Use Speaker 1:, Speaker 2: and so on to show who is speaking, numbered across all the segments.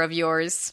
Speaker 1: of yours.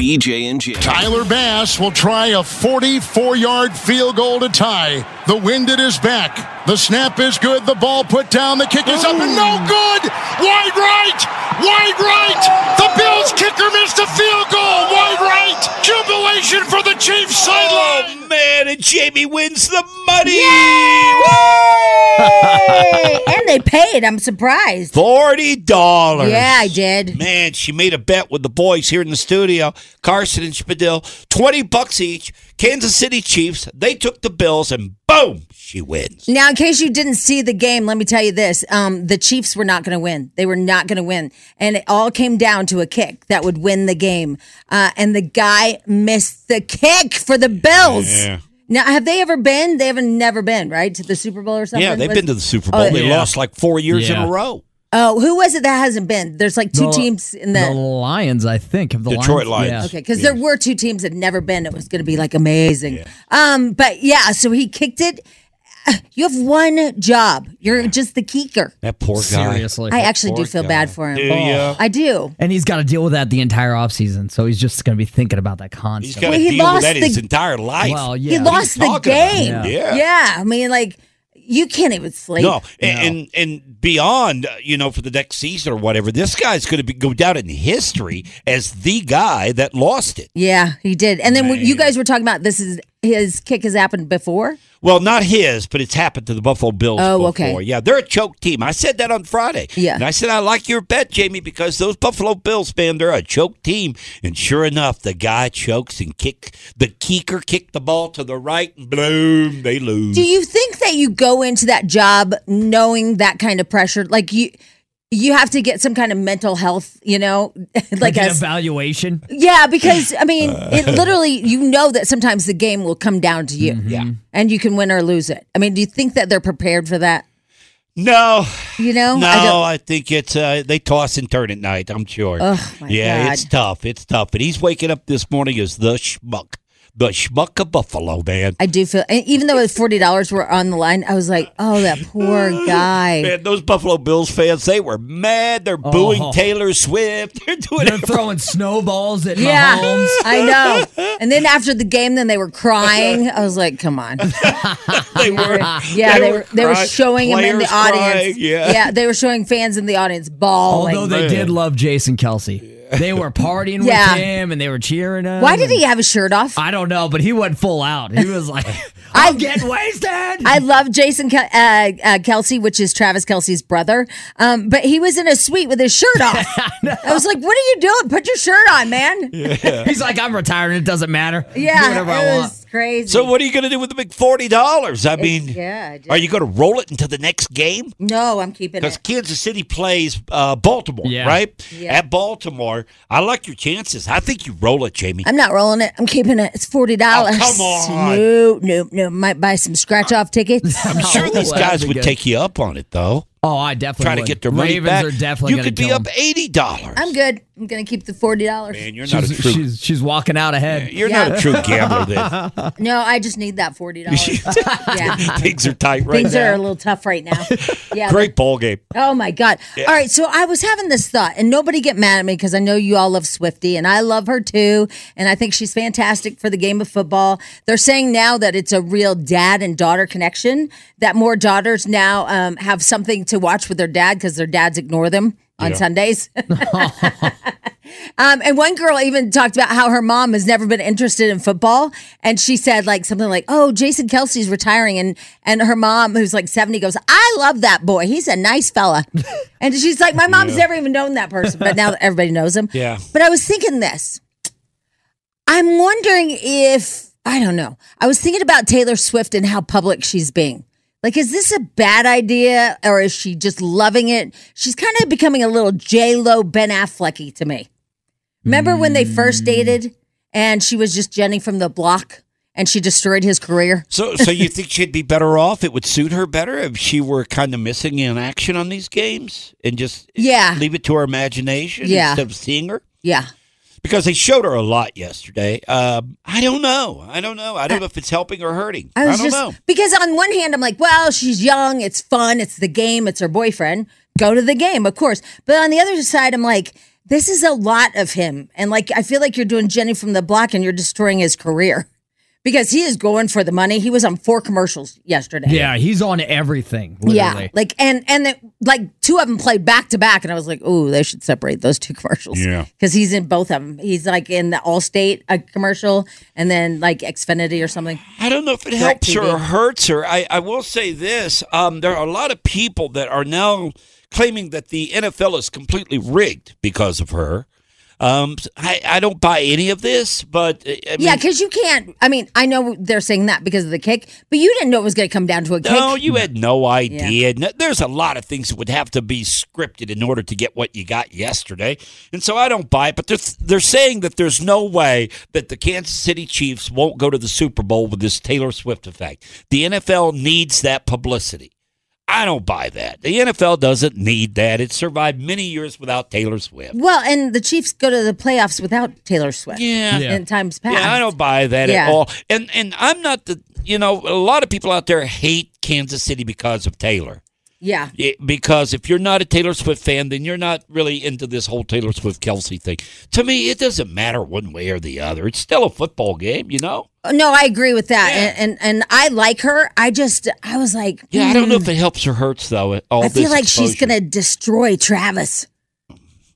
Speaker 2: BJ and Jamie.
Speaker 3: Tyler Bass will try a 44 yard field goal to tie. The wind at his back. The snap is good. The ball put down. The kick is up and no good. Wide right. Wide right. The Bills kicker missed a field goal. Wide right. Jubilation for the Chiefs sideline.
Speaker 2: Oh man, and Jamie wins the money.
Speaker 4: Hey, and they paid. I'm surprised.
Speaker 2: Forty dollars.
Speaker 4: Yeah, I did.
Speaker 2: Man, she made a bet with the boys here in the studio, Carson and Spadil, twenty bucks each. Kansas City Chiefs. They took the Bills, and boom, she wins.
Speaker 4: Now, in case you didn't see the game, let me tell you this. Um, the Chiefs were not going to win. They were not going to win. And it all came down to a kick that would win the game. Uh, and the guy missed the kick for the Bills. Now, have they ever been? They haven't never been, right? To the Super Bowl or something?
Speaker 2: Yeah, they've
Speaker 4: Was-
Speaker 2: been to the Super Bowl.
Speaker 4: Oh,
Speaker 2: they
Speaker 5: yeah.
Speaker 2: lost like four years in
Speaker 5: Yeah.
Speaker 2: a row.
Speaker 4: Oh, who was it that hasn't been? There's like two
Speaker 5: The-
Speaker 4: teams in
Speaker 5: The
Speaker 4: the.
Speaker 5: Lions, I think. Have the
Speaker 2: Detroit
Speaker 5: Lions.
Speaker 2: Lions.
Speaker 4: Okay, because there were two teams that never been. It was going to be like amazing. Um, but yeah, so he kicked it. You have one job. You're just the kicker.
Speaker 2: That poor guy.
Speaker 5: Seriously.
Speaker 4: I actually do feel bad for him.
Speaker 2: Do ya?
Speaker 4: I do.
Speaker 5: and he's got to deal with that the entire offseason. So he's just going to be thinking about that
Speaker 2: He's
Speaker 5: constantly.
Speaker 2: got to
Speaker 4: Well, he
Speaker 2: deal with
Speaker 4: lost
Speaker 2: that his
Speaker 4: the-
Speaker 2: entire life.
Speaker 5: well, yeah.
Speaker 4: He lost the
Speaker 2: talking about?
Speaker 4: game.
Speaker 5: Yeah.
Speaker 2: Yeah.
Speaker 4: I mean, like, you can't even sleep.
Speaker 2: No, and, and and beyond, uh, you know, for the next season or whatever, this guy's going to be go down in history as the guy that lost it.
Speaker 4: Yeah, he did. And then when you guys were talking about this is his kick has happened before.
Speaker 2: Well, not his, but it's happened to the Buffalo Bills.
Speaker 4: Oh, okay.
Speaker 2: before. Yeah, they're a choke team. I said that on Friday.
Speaker 4: Yeah.
Speaker 2: and I said I like your bet, Jamie, because those Buffalo Bills, man, they're a choke team. And sure enough, the guy chokes and kick the kicker kicked the ball to the right, and boom, they lose.
Speaker 4: Do you think that you go into that job knowing that kind of pressure? Like you you have to get some kind of mental health, you know?
Speaker 5: like
Speaker 4: like
Speaker 5: an
Speaker 4: a,
Speaker 5: evaluation.
Speaker 4: Yeah, because I mean, it literally you know that sometimes the game will come down to
Speaker 5: Mm-hmm.
Speaker 4: you.
Speaker 2: Yeah.
Speaker 4: And you can win or lose it. I mean, do you think that they're prepared for that?
Speaker 2: no,
Speaker 4: You know?
Speaker 2: No,
Speaker 4: Oh, I don't-
Speaker 2: I, think it's uh, they toss and turn at night. I'm sure.
Speaker 4: Oh, my
Speaker 2: yeah,
Speaker 4: God.
Speaker 2: it's tough. It's tough. But he's waking up this morning as the schmuck, the schmuck of Buffalo, man.
Speaker 4: I do feel, and even though his forty dollars were on the line, I was like, "Oh, that poor guy."
Speaker 2: Man, those Buffalo Bills fans, they were mad. They're
Speaker 5: Oh.
Speaker 2: booing Taylor Swift. They're doing
Speaker 5: They're
Speaker 2: it.
Speaker 5: throwing snowballs at
Speaker 4: Yeah,
Speaker 5: Mahomes.
Speaker 4: I know. And then after the game, then they were crying. I was like, "Come on!"
Speaker 2: They were.
Speaker 4: Yeah, they, were they were
Speaker 2: crying.
Speaker 4: showing him in the
Speaker 2: Players
Speaker 4: audience.
Speaker 2: crying, Yeah.
Speaker 4: they were showing fans in the audience bawling.
Speaker 5: Although they did love Jason Kelsey. They were partying
Speaker 4: Yeah.
Speaker 5: with him and they were cheering him.
Speaker 4: Why did
Speaker 5: and-
Speaker 4: he have his shirt off? I,
Speaker 5: I don't know, but he went full out. He was like,
Speaker 4: I-
Speaker 5: I'm getting wasted.
Speaker 4: love Jason Kel- uh, uh, Kelsey, which is Travis Kelsey's brother, um, but he was in a suite with his shirt off. I, was like, "What are you doing? Put your shirt on, man!" Yeah,
Speaker 5: He's like, I'm retiring. It doesn't matter. Do whatever I
Speaker 4: it
Speaker 5: want.
Speaker 4: was crazy.
Speaker 2: So what are you going to do with the big forty dollars? I mean,
Speaker 4: yeah, I just-
Speaker 2: are you going to roll it into the next game?
Speaker 4: No, I'm keeping
Speaker 2: Because
Speaker 4: it.
Speaker 2: Kansas City plays uh, Baltimore,
Speaker 5: Yeah.
Speaker 2: right?
Speaker 4: Yeah.
Speaker 2: At Baltimore, I like your chances. I think you roll it, Jamie.
Speaker 4: I'm not rolling it. I'm keeping it. It's forty dollars.
Speaker 2: Oh, come on.
Speaker 4: No, no, no. Might buy some scratch off tickets.
Speaker 2: I'm sure
Speaker 5: Oh,
Speaker 2: these
Speaker 5: that'd
Speaker 2: guys
Speaker 5: be
Speaker 2: would
Speaker 5: good.
Speaker 2: take you up on it, though.
Speaker 5: Oh, I definitely
Speaker 2: Try to
Speaker 5: would.
Speaker 2: get their money
Speaker 5: Ravens
Speaker 2: back.
Speaker 5: are definitely
Speaker 2: you
Speaker 5: going to
Speaker 2: could be
Speaker 5: kill
Speaker 2: up
Speaker 5: him.
Speaker 2: eighty dollars.
Speaker 4: I'm good. I'm gonna keep the forty dollars.
Speaker 2: Man, you're not a
Speaker 5: She's,
Speaker 2: true.
Speaker 5: she's, she's walking out ahead.
Speaker 2: you're not a true gambler. Then
Speaker 4: No, I just need that forty dollars. yeah,
Speaker 2: things are tight right
Speaker 4: things
Speaker 2: now.
Speaker 4: are a little tough right now. Yeah.
Speaker 2: Great ball game.
Speaker 4: Oh my God. All right. So I was having this thought, and nobody get mad at me because I know you all love Swifty, and I love her too. And I think she's fantastic for the game of football. They're saying now that it's a real dad and daughter connection, that more daughters now um, have something to watch with their dad because their dads ignore them on Sundays. Um, and one girl even talked about how her mom has never been interested in football, and she said like something like, "Oh, Jason Kelsey's retiring," and and her mom, who's like seventy, goes, "I love that boy. He's a nice fella." and she's like, "My mom's never even known that person, but now everybody knows him."
Speaker 2: Yeah.
Speaker 4: But I was thinking this. I'm wondering if I don't know. I was thinking about Taylor Swift and how public she's being. Like, is this a bad idea or is she just loving it? She's kind of becoming a little J Lo Ben Afflecky to me. Remember when they first dated and she was just Jenny from the block and she destroyed his career?
Speaker 2: So, so you think she'd be better off? It would suit her better if she were kind of missing in action on these games and just
Speaker 4: Yeah.
Speaker 2: leave it to her imagination
Speaker 4: Yeah.
Speaker 2: instead of seeing her.
Speaker 4: Yeah.
Speaker 2: Because they showed her a lot yesterday. Um, I don't know. I don't know. I don't know if it's helping or hurting. I,
Speaker 4: I was
Speaker 2: don't
Speaker 4: just
Speaker 2: know.
Speaker 4: because on one hand I'm like, well, she's young, it's fun, it's the game, it's her boyfriend. Go to the game, of course. But on the other side, I'm like, this is a lot of him. And like I feel like you're doing Jenny from the block and you're destroying his career. Because he is going for the money. He was on four commercials yesterday.
Speaker 5: Yeah, he's on everything. Literally.
Speaker 4: Yeah, like and and the, like two of them played back to back, and I was like, "Ooh, they should separate those two commercials."
Speaker 2: Yeah.
Speaker 4: because he's in both of them. He's like in the Allstate uh, commercial, and then like Xfinity or something.
Speaker 2: I don't know if it
Speaker 4: Direct
Speaker 2: helps her
Speaker 4: TV.
Speaker 2: or hurts her. I, I will say this um, there are a lot of people that are now claiming that the NFL is completely rigged because of her. Um, I, I don't buy any of this, but uh, I mean,
Speaker 4: yeah, because you can't. I mean, I know they're saying that because of the kick, but you didn't know it was going to come down to a kick.
Speaker 2: No, you had no idea. No- There's a lot of things that would have to be scripted in order to get what you got yesterday, and so I don't buy it. But they're they're saying that there's no way that the Kansas City Chiefs won't go to the Super Bowl with this Taylor Swift effect. The NFL needs that publicity. I don't buy that. The NFL doesn't need that. It survived many years without Taylor Swift.
Speaker 4: Well, and the Chiefs go to the playoffs without Taylor Swift.
Speaker 2: Yeah.
Speaker 5: Yeah.
Speaker 4: in times past.
Speaker 2: Yeah, I don't buy that
Speaker 4: Yeah.
Speaker 2: at all. And and I'm not the you know a lot of people out there hate Kansas City because of Taylor.
Speaker 4: Yeah,
Speaker 2: It- because if you're not a Taylor Swift fan, then you're not really into this whole Taylor Swift Kelsey thing. To me, it doesn't matter one way or the other. It's still a football game, you know.
Speaker 4: no, I agree with that,
Speaker 2: Yeah.
Speaker 4: and, and and I like her. I just I was like,
Speaker 2: Yeah, I don't know
Speaker 4: "Hmm."
Speaker 2: if it helps or hurts though. All
Speaker 4: I feel
Speaker 2: this
Speaker 4: like she's
Speaker 2: exposure.
Speaker 4: going to destroy Travis.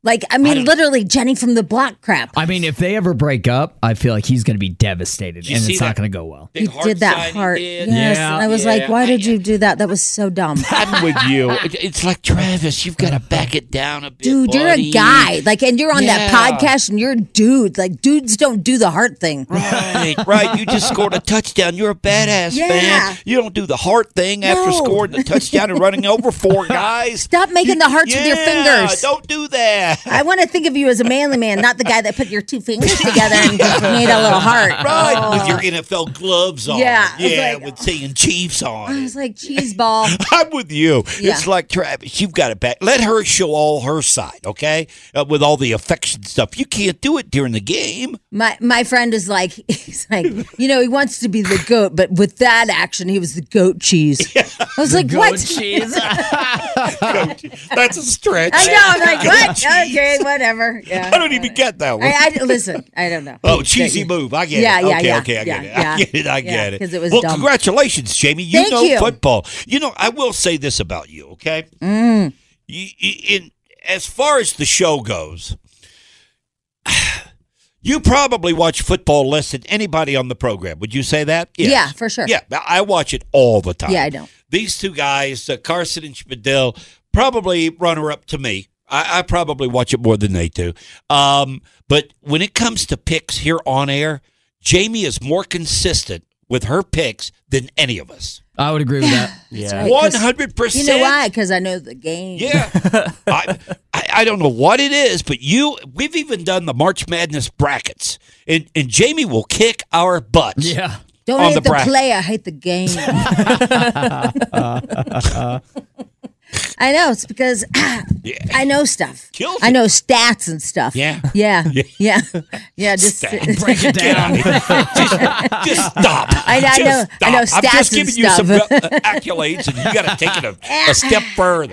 Speaker 4: Like, I mean,
Speaker 2: don't-
Speaker 4: literally, Jenny from the block crap.
Speaker 5: I mean, if they ever break up, I feel like he's going to be devastated,
Speaker 2: you
Speaker 5: and
Speaker 2: see
Speaker 5: it's
Speaker 2: that?
Speaker 5: not going to go well.
Speaker 2: Big
Speaker 4: you did that
Speaker 2: sign he
Speaker 4: heart.
Speaker 2: did.
Speaker 4: Yes.
Speaker 5: Yeah.
Speaker 4: and I was
Speaker 2: Yeah.
Speaker 4: like, why did you do that? That was so dumb.
Speaker 2: I'm with you. It- It's like Travis. You've got to back it down a bit,
Speaker 4: Dude, you're
Speaker 2: buddy.
Speaker 4: a guy. Like, and you're on
Speaker 2: Yeah.
Speaker 4: that podcast and you're a dude. Like, dudes don't do the heart thing.
Speaker 2: Right, right. You just scored a touchdown. You're a badass
Speaker 4: Yeah.
Speaker 2: man. You don't do the heart thing after
Speaker 4: No.
Speaker 2: scoring the touchdown and running over four guys.
Speaker 4: Stop making the hearts with your
Speaker 2: Yeah,
Speaker 4: fingers.
Speaker 2: Don't do that.
Speaker 4: I want to think of you as a manly man, not the guy that put your two fingers together and just made a little heart.
Speaker 2: Right,
Speaker 4: Oh.
Speaker 2: with your NFL gloves on.
Speaker 4: Yeah, I was
Speaker 2: yeah,
Speaker 4: like-
Speaker 2: with saying Chiefs
Speaker 4: I
Speaker 2: on.
Speaker 4: was like, cheese ball.
Speaker 2: I'm with you.
Speaker 4: Yeah.
Speaker 2: It's like Travis. You've got it back. Let her show all her side, okay? Uh, with all the affection stuff, you can't do it during the game.
Speaker 4: My my friend is like he's like you know he wants to be the goat, but with that action he was the goat cheese. I was like, what?
Speaker 2: That's a stretch.
Speaker 4: I know. I'm like, what?
Speaker 2: Jeez.
Speaker 4: Okay, whatever. Yeah.
Speaker 2: I don't even get that one.
Speaker 4: I, I listen. I don't know.
Speaker 2: Oh, cheesy move. I get
Speaker 4: Yeah,
Speaker 2: it.
Speaker 4: yeah,
Speaker 2: okay,
Speaker 4: yeah,
Speaker 2: okay, I get
Speaker 4: yeah, yeah,
Speaker 2: it. I get it. I
Speaker 4: yeah,
Speaker 2: get it.
Speaker 4: 'cause it was
Speaker 2: well,
Speaker 4: dumb.
Speaker 2: congratulations, Jamie. You
Speaker 4: Thank
Speaker 2: know
Speaker 4: you.
Speaker 2: football. You know, I will say this about you, okay? Mm. in, as far as the show goes, you probably watch football less than anybody on the program. Would you say that? Yes.
Speaker 4: Yeah, for sure.
Speaker 2: Yeah, I I watch it all the time.
Speaker 4: Yeah, I don't.
Speaker 2: These two guys, uh, Carson and Spadil, probably runner up to me. I, I probably watch it more than they do. Um, but when it comes to picks here on air, Jamie is more consistent with her picks than any of us.
Speaker 5: I would agree with that.
Speaker 4: Yeah,
Speaker 2: One hundred
Speaker 4: You
Speaker 2: percent.
Speaker 4: know why? Because I know the game.
Speaker 2: Yeah, I, I I don't know what it is, but you we've even done the March Madness brackets, and and Jamie will kick our butts.
Speaker 5: yeah.
Speaker 4: Don't
Speaker 2: On
Speaker 4: hate
Speaker 2: the
Speaker 4: the,
Speaker 2: bracket.
Speaker 4: player, hate the game. I know it's because ah, I know stuff.
Speaker 2: Kills
Speaker 4: I
Speaker 2: it.
Speaker 4: know stats and stuff.
Speaker 2: Yeah.
Speaker 4: yeah, yeah, yeah. Just
Speaker 5: Break it down.
Speaker 2: just stop.
Speaker 4: I know- I
Speaker 2: Just
Speaker 4: know- I know
Speaker 2: stop. I'm just
Speaker 4: stats and
Speaker 2: giving you some
Speaker 4: stuff.
Speaker 2: uh, accolades, and you got to take it a, a step further.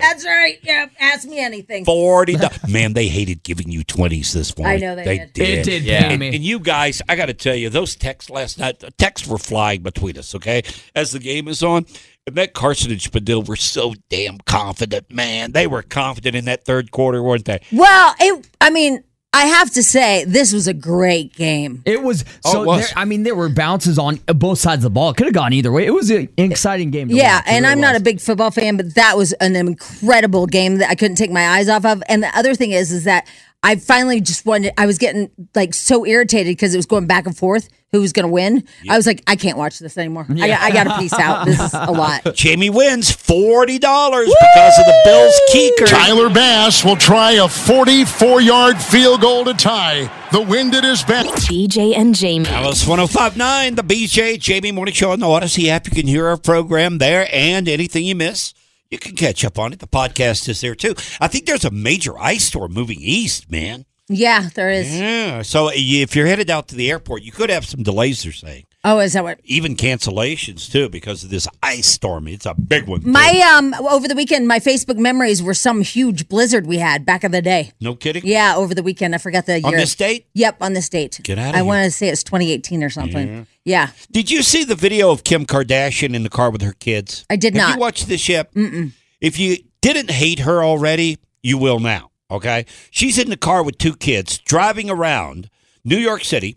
Speaker 4: That's right. Yeah, ask me anything.
Speaker 2: Forty. Man, they hated giving you twenties this morning.
Speaker 4: know they did.
Speaker 5: It did
Speaker 2: Yeah.
Speaker 5: pay
Speaker 2: And,
Speaker 5: me.
Speaker 2: and you guys, I got to tell you, those texts last night, the texts were flying between us. Okay, as the game is on, and that Carson and Spadil were so damn confident. Man, they were confident in that third quarter, weren't they?
Speaker 4: Well, it, I mean, I have to say, this was a great game.
Speaker 5: It was
Speaker 2: Oh,
Speaker 5: so.
Speaker 2: it was.
Speaker 5: There, I mean, there were bounces on both sides of the ball. It could have gone either way. It was an exciting game. to
Speaker 4: Yeah,
Speaker 5: watch. It
Speaker 4: and
Speaker 5: really
Speaker 4: I'm not a
Speaker 5: was.
Speaker 4: big football fan, but that was an incredible game that I couldn't take my eyes off of. And the other thing is, is that I finally just wanted. I was getting like so irritated because it was going back and forth. Who was going to win? I was like, I can't watch this anymore. I, I got to peace out. This is a lot.
Speaker 2: Jamie wins forty dollars because of the Bills kicker.
Speaker 3: Tyler Bass will try a 44 yard field goal to tie. The wind at his back.
Speaker 6: BJ and Jamie.
Speaker 2: Alice 1059, the BJ Jamie Morning Show on the Odyssey app. You can hear our program there and anything you miss, you can catch up on it. The podcast is there too. I think there's a major ice storm moving east, man.
Speaker 4: Yeah, there is.
Speaker 2: Yeah. So if you're headed out to the airport, you could have some delays, they're saying.
Speaker 4: Oh, is that what?
Speaker 2: Even cancellations too, because of this ice storm. It's a big one. too.
Speaker 4: My um over the weekend, my Facebook memories were some huge blizzard we had back in the day.
Speaker 2: no kidding?
Speaker 4: Yeah, over the weekend, I forgot the year.
Speaker 2: On this date?
Speaker 4: Yep, on this date.
Speaker 2: Get outta
Speaker 4: I
Speaker 2: here.
Speaker 4: want to say it's 2018 or something. Yeah.
Speaker 2: Did you see the video of Kim Kardashian in the car with her kids?
Speaker 4: I did
Speaker 2: Have
Speaker 4: not.
Speaker 2: You watched this yet? Mm-mm. If you didn't hate her already, you will now. Okay, she's in the car with two kids driving around New York City.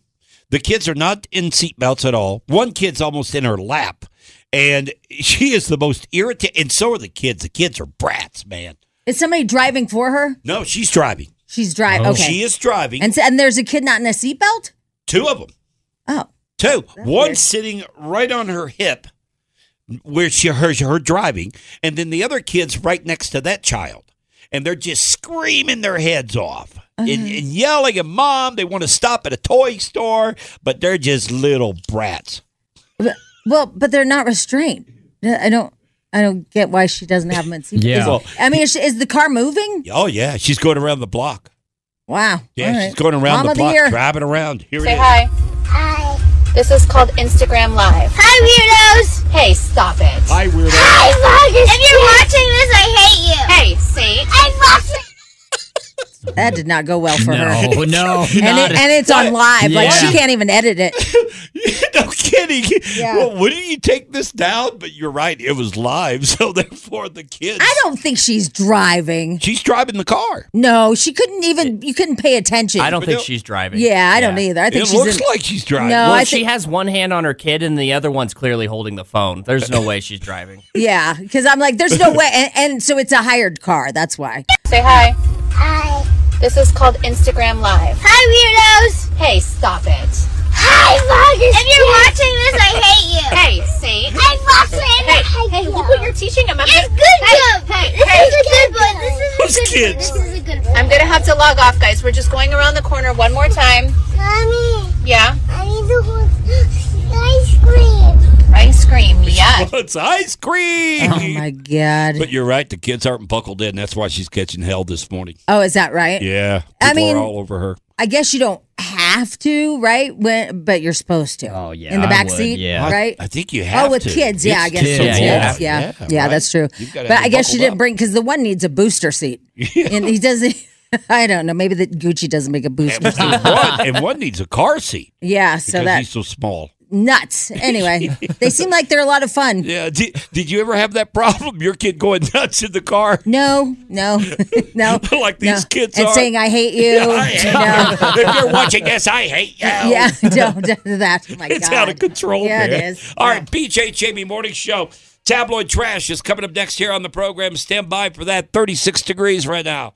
Speaker 2: The kids are not in seatbelts at all. One kid's almost in her lap, and she is the most irritating. And so are the kids. The kids are brats, man.
Speaker 4: Is somebody driving for her?
Speaker 2: No, she's driving.
Speaker 4: She's driving. okay.
Speaker 2: She is driving.
Speaker 4: and s- and there's a kid not in a seatbelt.
Speaker 2: two of them.
Speaker 4: Oh,
Speaker 2: Two. One
Speaker 4: weird.
Speaker 2: sitting right on her hip where she heard her driving, and then the other kid's right next to that child. And they're just screaming their heads off and,
Speaker 4: Uh-huh.
Speaker 2: and yelling at mom. They want to stop at a toy store, but they're just little brats.
Speaker 4: But- well, but they're not restrained. I don't. I don't get why she doesn't have them in seatbelt.
Speaker 5: Yeah.
Speaker 2: Well-
Speaker 4: I mean, is, she- is the car moving?
Speaker 2: Oh, yeah. She's going around the block.
Speaker 4: Wow.
Speaker 2: Yeah,
Speaker 4: All
Speaker 2: she's
Speaker 4: right.
Speaker 2: going around
Speaker 4: Mom
Speaker 2: the
Speaker 4: of
Speaker 2: block,
Speaker 4: year.
Speaker 2: driving around. Here it
Speaker 7: Say
Speaker 2: is.
Speaker 7: hi. Hi. This is called Instagram Live. Hi, weirdos. Hey, stop it.
Speaker 2: Hi, weirdo.
Speaker 7: Hi, If you're watching this, I hate you. Hey, see? I fucking.
Speaker 4: That did not go well for
Speaker 5: No,
Speaker 4: her.
Speaker 5: no,
Speaker 4: And,
Speaker 5: not
Speaker 4: it, and it's on live. Like she
Speaker 5: Yeah.
Speaker 4: can't even edit it.
Speaker 2: no kidding.
Speaker 4: Yeah.
Speaker 2: Well, wouldn't you take this down? But you're right. It was live. So therefore, the kids.
Speaker 4: I don't think she's driving.
Speaker 2: She's driving the car.
Speaker 4: No, she couldn't even. You couldn't pay attention.
Speaker 8: I don't
Speaker 2: But
Speaker 8: think
Speaker 2: no-
Speaker 8: she's driving.
Speaker 4: Yeah, I don't either. I think
Speaker 2: It
Speaker 4: she's
Speaker 2: looks
Speaker 4: in,
Speaker 2: like she's driving.
Speaker 4: No,
Speaker 8: Well,
Speaker 4: I
Speaker 8: she
Speaker 4: think
Speaker 8: has one hand on her kid and the other one's clearly holding the phone. There's no way she's driving.
Speaker 4: yeah, because I'm like, there's no way, and, and so it's a hired car. That's why.
Speaker 7: Say hi. Hi. This is called Instagram Live. Hi, weirdos. Hey, stop it. Hi, fucking. If you're watching this, I hate you. Hey, see? I fucking. Hey, hey, look what you're teaching him. I'm it's gonna, good Hey, hey, hey. This is a good one. This is
Speaker 2: Those kids.
Speaker 7: is a good one. I'm gonna have to log off, guys. We're just going around the corner one more time.
Speaker 9: Mommy,
Speaker 7: Yeah.
Speaker 9: I need to hold ice cream.
Speaker 7: Ice cream. Yeah.
Speaker 2: It's ice cream.
Speaker 4: Oh my god.
Speaker 2: But you're right. The kids aren't buckled in. That's why she's catching hell this morning.
Speaker 4: Oh, is that right?
Speaker 2: Yeah. People
Speaker 4: I mean-
Speaker 2: are all over her.
Speaker 4: I guess you don't have to, right? When, but you're supposed to.
Speaker 5: Oh, yeah,
Speaker 4: in the
Speaker 5: I
Speaker 4: back
Speaker 5: would,
Speaker 4: seat,
Speaker 5: yeah.
Speaker 4: right?
Speaker 2: I think you have
Speaker 4: oh, with
Speaker 2: to.
Speaker 4: kids, yeah, I
Speaker 2: It's
Speaker 4: guess
Speaker 2: kids.
Speaker 4: with
Speaker 5: Yeah,
Speaker 4: kids, yeah,
Speaker 5: yeah.
Speaker 4: yeah,
Speaker 2: Yeah, right.
Speaker 4: that's true.
Speaker 2: You've gotta
Speaker 4: But
Speaker 2: be
Speaker 4: I guess she
Speaker 2: buckled
Speaker 4: didn't
Speaker 2: up.
Speaker 4: bring because the one needs a booster seat, and he doesn't. I don't know. Maybe that Gucci doesn't make a booster seat.
Speaker 2: and, one, and one needs a car seat
Speaker 4: Yeah, so
Speaker 2: because
Speaker 4: that
Speaker 2: he's so small.
Speaker 4: nuts. Anyway, they seem like they're a lot of fun.
Speaker 2: Yeah. Did, did you ever have that problem? Your kid going nuts in the car?
Speaker 4: No, no, no.
Speaker 2: Like
Speaker 4: no.
Speaker 2: these kids
Speaker 4: and
Speaker 2: are.
Speaker 4: saying I hate you.
Speaker 2: I hate you. If you're watching this, I hate you.
Speaker 4: no. yeah, don't do that. Oh my
Speaker 2: It's
Speaker 4: God.
Speaker 2: out of control.
Speaker 4: Yeah,
Speaker 2: man.
Speaker 4: it is.
Speaker 2: All
Speaker 4: Yeah.
Speaker 2: right, BJ Jamie Morning Show. Tabloid Trash is coming up next here on the program. Stand by for that. 36 degrees right now.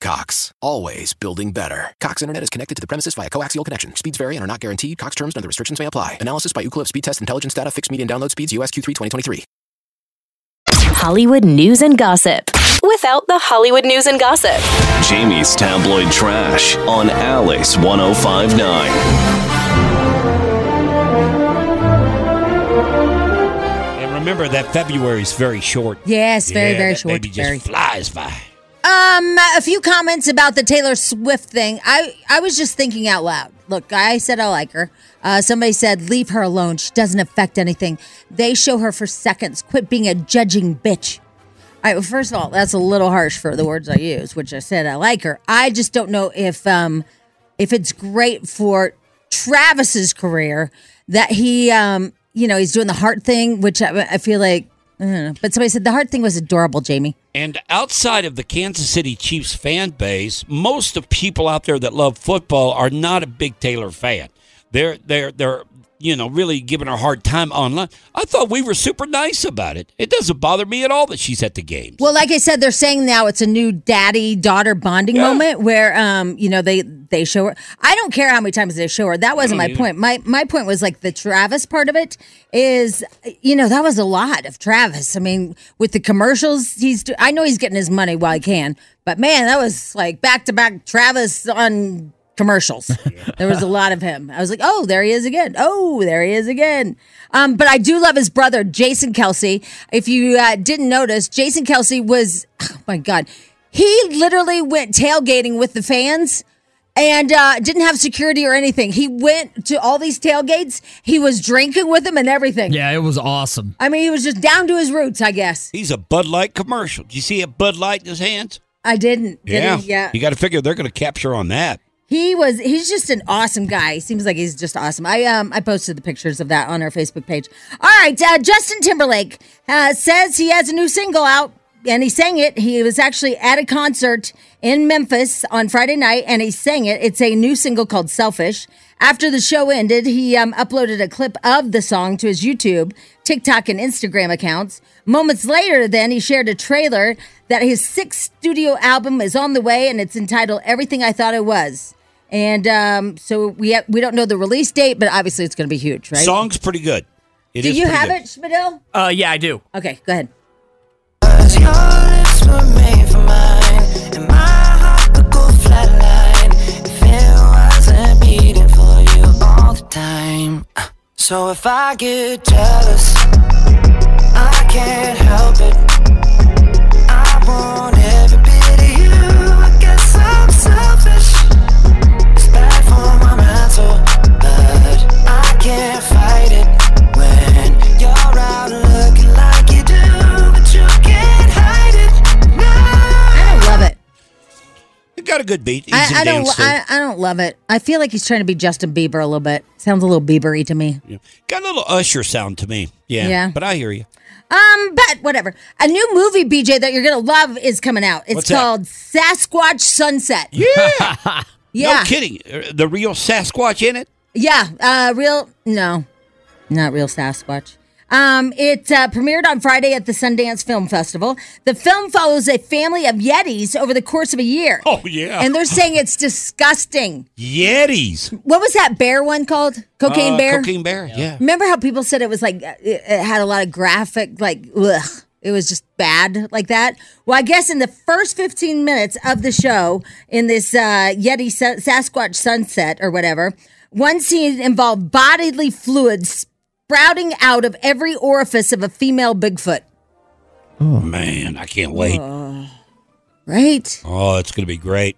Speaker 10: Cox, always building better. Cox Internet is connected to the premises via coaxial connection. Speeds vary and are not guaranteed. Cox terms and other restrictions may apply. Analysis by Ookla Speed Test Intelligence Data. Fixed median download speeds. USQ3 2023.
Speaker 11: Hollywood news and gossip without the Hollywood news and gossip.
Speaker 12: Jamie's tabloid trash on Alice 1059.
Speaker 2: And remember that February is very short.
Speaker 4: Yes, very, very
Speaker 2: that
Speaker 4: short,
Speaker 2: Baby just
Speaker 4: very.
Speaker 2: flies by.
Speaker 4: Um, a few comments about the Taylor Swift thing. I I was just thinking out loud. Look, I said I like her. Uh, somebody said leave her alone. She doesn't affect anything. They show her for seconds. Quit being a judging bitch. All right. Well, first of all, that's a little harsh for the words I use, which I said I like her. I just don't know if um if it's great for Travis's career that he um you know he's doing the heart thing, which I, I feel like. I don't know. But somebody said the heart thing was adorable, Jamie.
Speaker 2: And outside of the Kansas City Chiefs fan base, most of people out there that love football are not a big Taylor fan. They're they're they're you know really giving her a hard time online. I thought we were super nice about it. It doesn't bother me at all that she's at the game.
Speaker 4: Well, like I said, they're saying now it's a new daddy daughter bonding moment where um, you know, they they show her I don't care how many times they show her. That wasn't my
Speaker 13: Mm.
Speaker 4: point. My my point was like the Travis part of it is you know, that was a lot of Travis. I mean, with the commercials, he's do- I know he's getting his money while he can, but man, that was like back to back Travis on commercials. there was a lot of him. I was like, oh, there he is again. Oh, there he is again. Um, but I do love his brother, Jason Kelsey. If you uh, didn't notice, Jason Kelsey was, oh my God, he literally went tailgating with the fans and uh, didn't have security or anything. He went to all these tailgates. He was drinking with them and everything.
Speaker 5: Yeah, it was awesome.
Speaker 4: I mean, he was just down to his roots, I guess.
Speaker 2: He's a Bud Light commercial. Do you see a Bud Light in his hands?
Speaker 4: I didn't. did
Speaker 2: yeah,
Speaker 4: he? Yeah.
Speaker 2: You got to figure they're going to capture on that.
Speaker 4: He was he's just an awesome guy. He seems like he's just awesome. I um I posted the pictures of that on our Facebook page. All right, uh, Justin Timberlake uh, says he has a new single out and he sang it. He was actually at a concert in Memphis on Friday night and he sang it. It's a new single called Selfish. After the show ended, he um, uploaded a clip of the song to his YouTube, TikTok, and Instagram accounts. Moments later, then he shared a trailer that his sixth studio album is on the way, and it's entitled "Everything I Thought It Was." And um, so we ha- we don't know the release date, but obviously it's going to be huge, right?
Speaker 2: Song's pretty good. It
Speaker 4: Do
Speaker 2: is
Speaker 4: you
Speaker 2: pretty
Speaker 4: have
Speaker 2: good.
Speaker 4: it, Schmidl?
Speaker 8: Uh, yeah, I do.
Speaker 4: Okay, go ahead.
Speaker 14: wasn't beating for you all the time. Uh, So if I get jealous, I can't help it. I want every bit of you. I guess I'm selfish. It's bad for my mental, but I can't fight it when you're out looking like you do, but you can't hide it.
Speaker 4: I love it.
Speaker 2: It got a good beat. Easy
Speaker 4: I, I don't
Speaker 2: dance to.
Speaker 4: I, I don't love it. I feel like he's trying to be Justin Bieber a little bit. Sounds a little Biebery to me.
Speaker 2: Got a little Usher sound to me. Yeah.
Speaker 4: Yeah.
Speaker 2: But I hear you.
Speaker 4: Um, but whatever. A new movie, BJ, that you're gonna love is coming out. It's
Speaker 2: What's that?
Speaker 4: called Sasquatch Sunset.
Speaker 2: Yeah.
Speaker 4: Yeah.
Speaker 2: No kidding. Uh, The real Sasquatch in it?
Speaker 4: Yeah. Uh, real? No, not real Sasquatch. Um, it uh, premiered on Friday at the Sundance Film Festival. The film follows a family of Yetis over the course of a year.
Speaker 2: Oh yeah.
Speaker 4: And they're saying it's disgusting.
Speaker 2: Yetis.
Speaker 4: What was that bear one called? Cocaine
Speaker 2: Uh,
Speaker 4: Bear.
Speaker 2: Cocaine Bear. Yeah.
Speaker 4: Remember how people said it was like uh, it, it had a lot of graphic, like ugh, it was just bad like that. Well, I guess in the first fifteen minutes of the show, in this uh, Yeti Sa- Sasquatch sunset or whatever, one scene involved bodily fluids sprouting out of every orifice of a female Bigfoot.
Speaker 2: Oh man, I can't wait.
Speaker 4: Uh-huh. Right.
Speaker 2: Oh, it's gonna be great.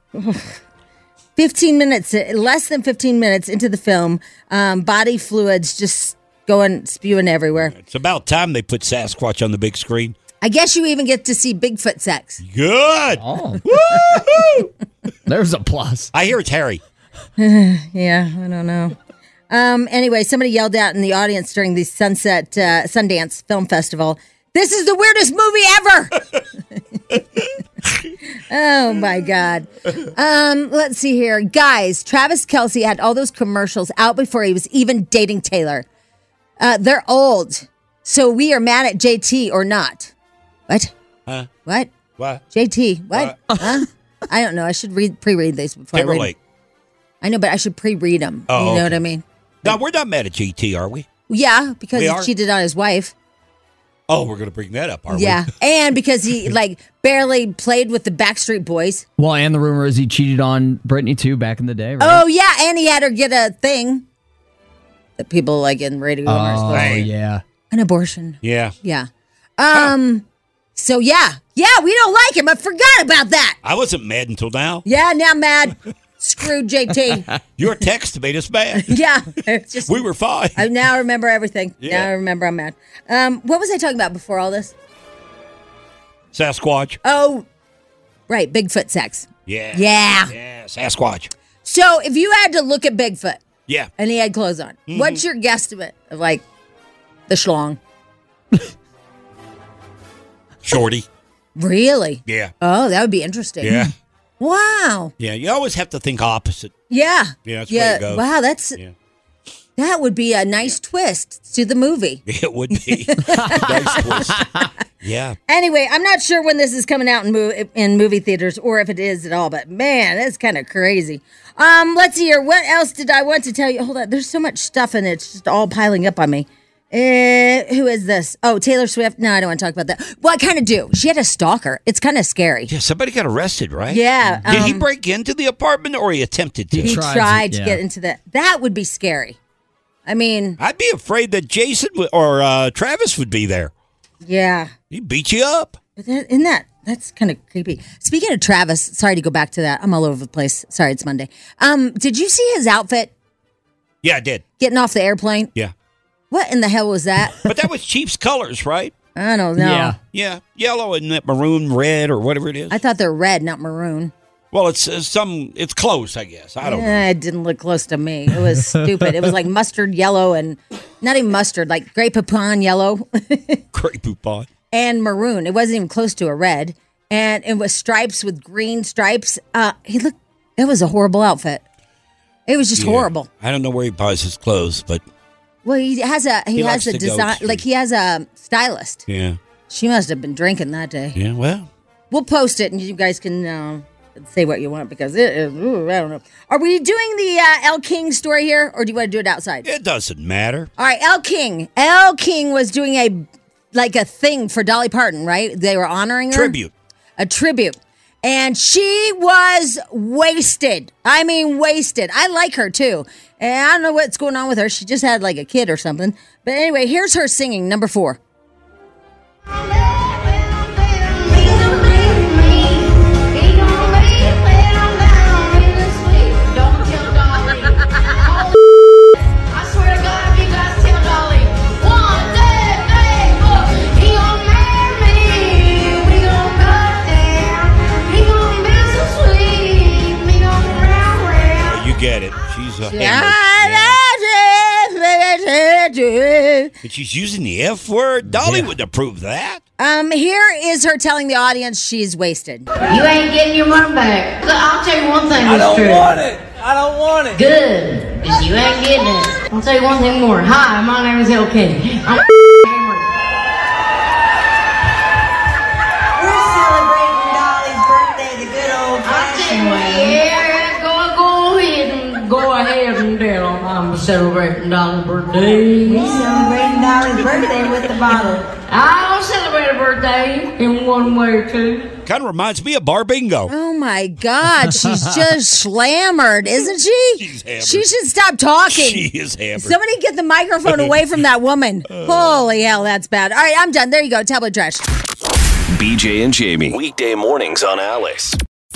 Speaker 4: 15 minutes, uh, less than 15 minutes into the film, um, body fluids just going spewing everywhere.
Speaker 2: It's about time they put Sasquatch on the big screen.
Speaker 4: I guess you even get to see Bigfoot sex.
Speaker 2: Good.
Speaker 5: There's a plus.
Speaker 2: I hear it's Harry.
Speaker 4: yeah, I don't know. Um, anyway, somebody yelled out in the audience during the Sunset uh, Sundance Film Festival This is the weirdest movie ever. oh my god. Um, let's see here, guys. Travis Kelsey had all those commercials out before he was even dating Taylor. Uh, they're old, so we are mad at JT or not. What?
Speaker 2: Huh?
Speaker 4: What?
Speaker 2: What?
Speaker 4: JT? What? Huh? I don't know. I should read pre-read these before I read 'em.
Speaker 2: Timberlake.
Speaker 4: I know, but I should pre-read them.
Speaker 2: Oh,
Speaker 4: you know
Speaker 2: okay.
Speaker 4: what I mean?
Speaker 2: Now we're not mad at GT, are we?
Speaker 4: Yeah, because
Speaker 2: We
Speaker 4: he
Speaker 2: are?
Speaker 4: cheated on his wife.
Speaker 2: Oh, we're gonna bring that up, are
Speaker 4: yeah, and because he like barely played with the Backstreet Boys.
Speaker 5: Well, and the rumor is he cheated on Britney too back in the day.
Speaker 2: Uh-huh.
Speaker 5: Right?
Speaker 4: Oh yeah, and he had her get a thing that people like in radio
Speaker 2: Oh,
Speaker 4: are supposed to-
Speaker 5: yeah,
Speaker 4: an abortion.
Speaker 2: Yeah.
Speaker 4: Yeah. Um. So yeah, yeah, we don't like him. I forgot about that.
Speaker 2: I wasn't mad until now.
Speaker 4: Yeah, now I'm mad. Screw JT.
Speaker 2: Your text made us mad.
Speaker 4: Yeah, it's just
Speaker 2: We were fine.
Speaker 4: I now remember everything.
Speaker 2: Yeah.
Speaker 4: Now I remember I'm mad. Um, what was I talking about before all this?
Speaker 2: Sasquatch.
Speaker 4: Oh, right, Bigfoot sex.
Speaker 2: Yeah.
Speaker 4: Yeah.
Speaker 2: Yeah. Sasquatch.
Speaker 4: So if you had to look at Bigfoot
Speaker 2: Yeah.
Speaker 4: and he had clothes on,
Speaker 2: Mhm.
Speaker 4: what's your guesstimate of like the schlong?
Speaker 2: Shorty.
Speaker 4: Really?
Speaker 2: Yeah.
Speaker 4: Oh, that would be interesting.
Speaker 2: Yeah.
Speaker 4: Wow.
Speaker 2: Yeah. You always have to think opposite.
Speaker 4: Yeah.
Speaker 2: Yeah, that's the way
Speaker 4: yeah.
Speaker 2: it goes.
Speaker 4: Wow, that's
Speaker 2: Yeah.
Speaker 4: that would be a nice twist to the movie.
Speaker 2: It would be. Nice twist. Yeah.
Speaker 4: Anyway, I'm not sure when this is coming out in, mo- in movie theaters or if it is at all, but man, that's kind of crazy. Um, let's see here. What else did I want to tell you? Hold on. There's so much stuff and it's just all piling up on me. Uh, who is this? Oh, Taylor Swift. No, I don't want to talk about that. Well, I kind of do. She had a stalker. It's kind of scary.
Speaker 2: Yeah. Somebody got arrested, right?
Speaker 4: Yeah,
Speaker 2: Did he
Speaker 4: um,
Speaker 2: break into the apartment or he attempted to?
Speaker 4: He tried, to get into that. That would be scary. I mean,
Speaker 2: I'd be afraid that Jason w- or uh, Travis would be there.
Speaker 4: yeah.
Speaker 2: He beat you up.
Speaker 4: But that, isn't that that's kind of creepy? Speaking of Travis, sorry to go back to that. I'm all over the place. Sorry, it's Monday. Um, did you see his outfit
Speaker 2: Yeah, I did.
Speaker 4: getting off the airplane?
Speaker 2: Yeah.
Speaker 4: What in the hell was that?
Speaker 2: But that was Chiefs colors, right?
Speaker 4: I don't know.
Speaker 2: Yeah. Yellow and that maroon, red, or whatever it is.
Speaker 4: I thought they're red, not maroon.
Speaker 2: Well, it's uh, some. It's close, I guess. I don't. know.
Speaker 4: Eh, It didn't look close to me. It was stupid. it was like mustard yellow and not even mustard, like grape upon yellow
Speaker 2: Great poupon.
Speaker 4: and maroon. It wasn't even close to a red, and it was stripes with green stripes. Uh, he looked. It was a horrible outfit. It was just
Speaker 2: Yeah.
Speaker 4: horrible.
Speaker 2: I don't know where he buys his clothes, but
Speaker 4: Well, he has a he,
Speaker 2: He
Speaker 4: has
Speaker 2: likes
Speaker 4: a
Speaker 2: to go
Speaker 4: design
Speaker 2: to-
Speaker 4: like he has a stylist.
Speaker 2: yeah,
Speaker 4: She must have been drinking that day.
Speaker 2: yeah. Well,
Speaker 4: We'll post it, and you guys can um, say what you want because it is. Ooh, I don't know. Are we doing the uh, El King story here, or do you want to do it outside?
Speaker 2: it doesn't matter.
Speaker 4: All right, El King. El King was doing a like a thing for Dolly Parton, right? They were honoring her
Speaker 2: Tribute.
Speaker 4: a tribute. And she was wasted. I mean, wasted. I like her too. And I don't know what's going on with her. She just had like a kid or something. But anyway, here's her singing number four.
Speaker 2: Well, you get it. She's a hammer. And she's using the F word. Dolly wouldn't approve that.
Speaker 4: Um, here is her telling the audience she's wasted.
Speaker 9: You ain't getting your money back. Look, I'll tell you one thing.
Speaker 13: I
Speaker 9: that's
Speaker 13: don't
Speaker 9: true.
Speaker 13: want it. I don't want it.
Speaker 9: Good. 'cause you ain't getting it. I'll tell you one thing more. Hi, my name is LK. I'm
Speaker 13: We're celebrating Dolly's birthday the good old fashioned way.
Speaker 9: Yeah, go, go ahead and go ahead and tell 'em I'm celebrating Dolly's birthday.
Speaker 13: We're celebrating Dolly's birthday with the bottle.
Speaker 9: I'll celebrate a birthday in one way or two.
Speaker 2: Kind of reminds me of Bar Bingo.
Speaker 4: Oh my God, she's just slammered, isn't she? She's
Speaker 2: hammered.
Speaker 4: She should stop talking.
Speaker 2: She is hammered.
Speaker 4: Somebody get the microphone away from that woman. Holy hell, that's bad. All right, I'm done. There you go. Tablet trash.
Speaker 12: BJ and Jamie. Weekday mornings on Alice.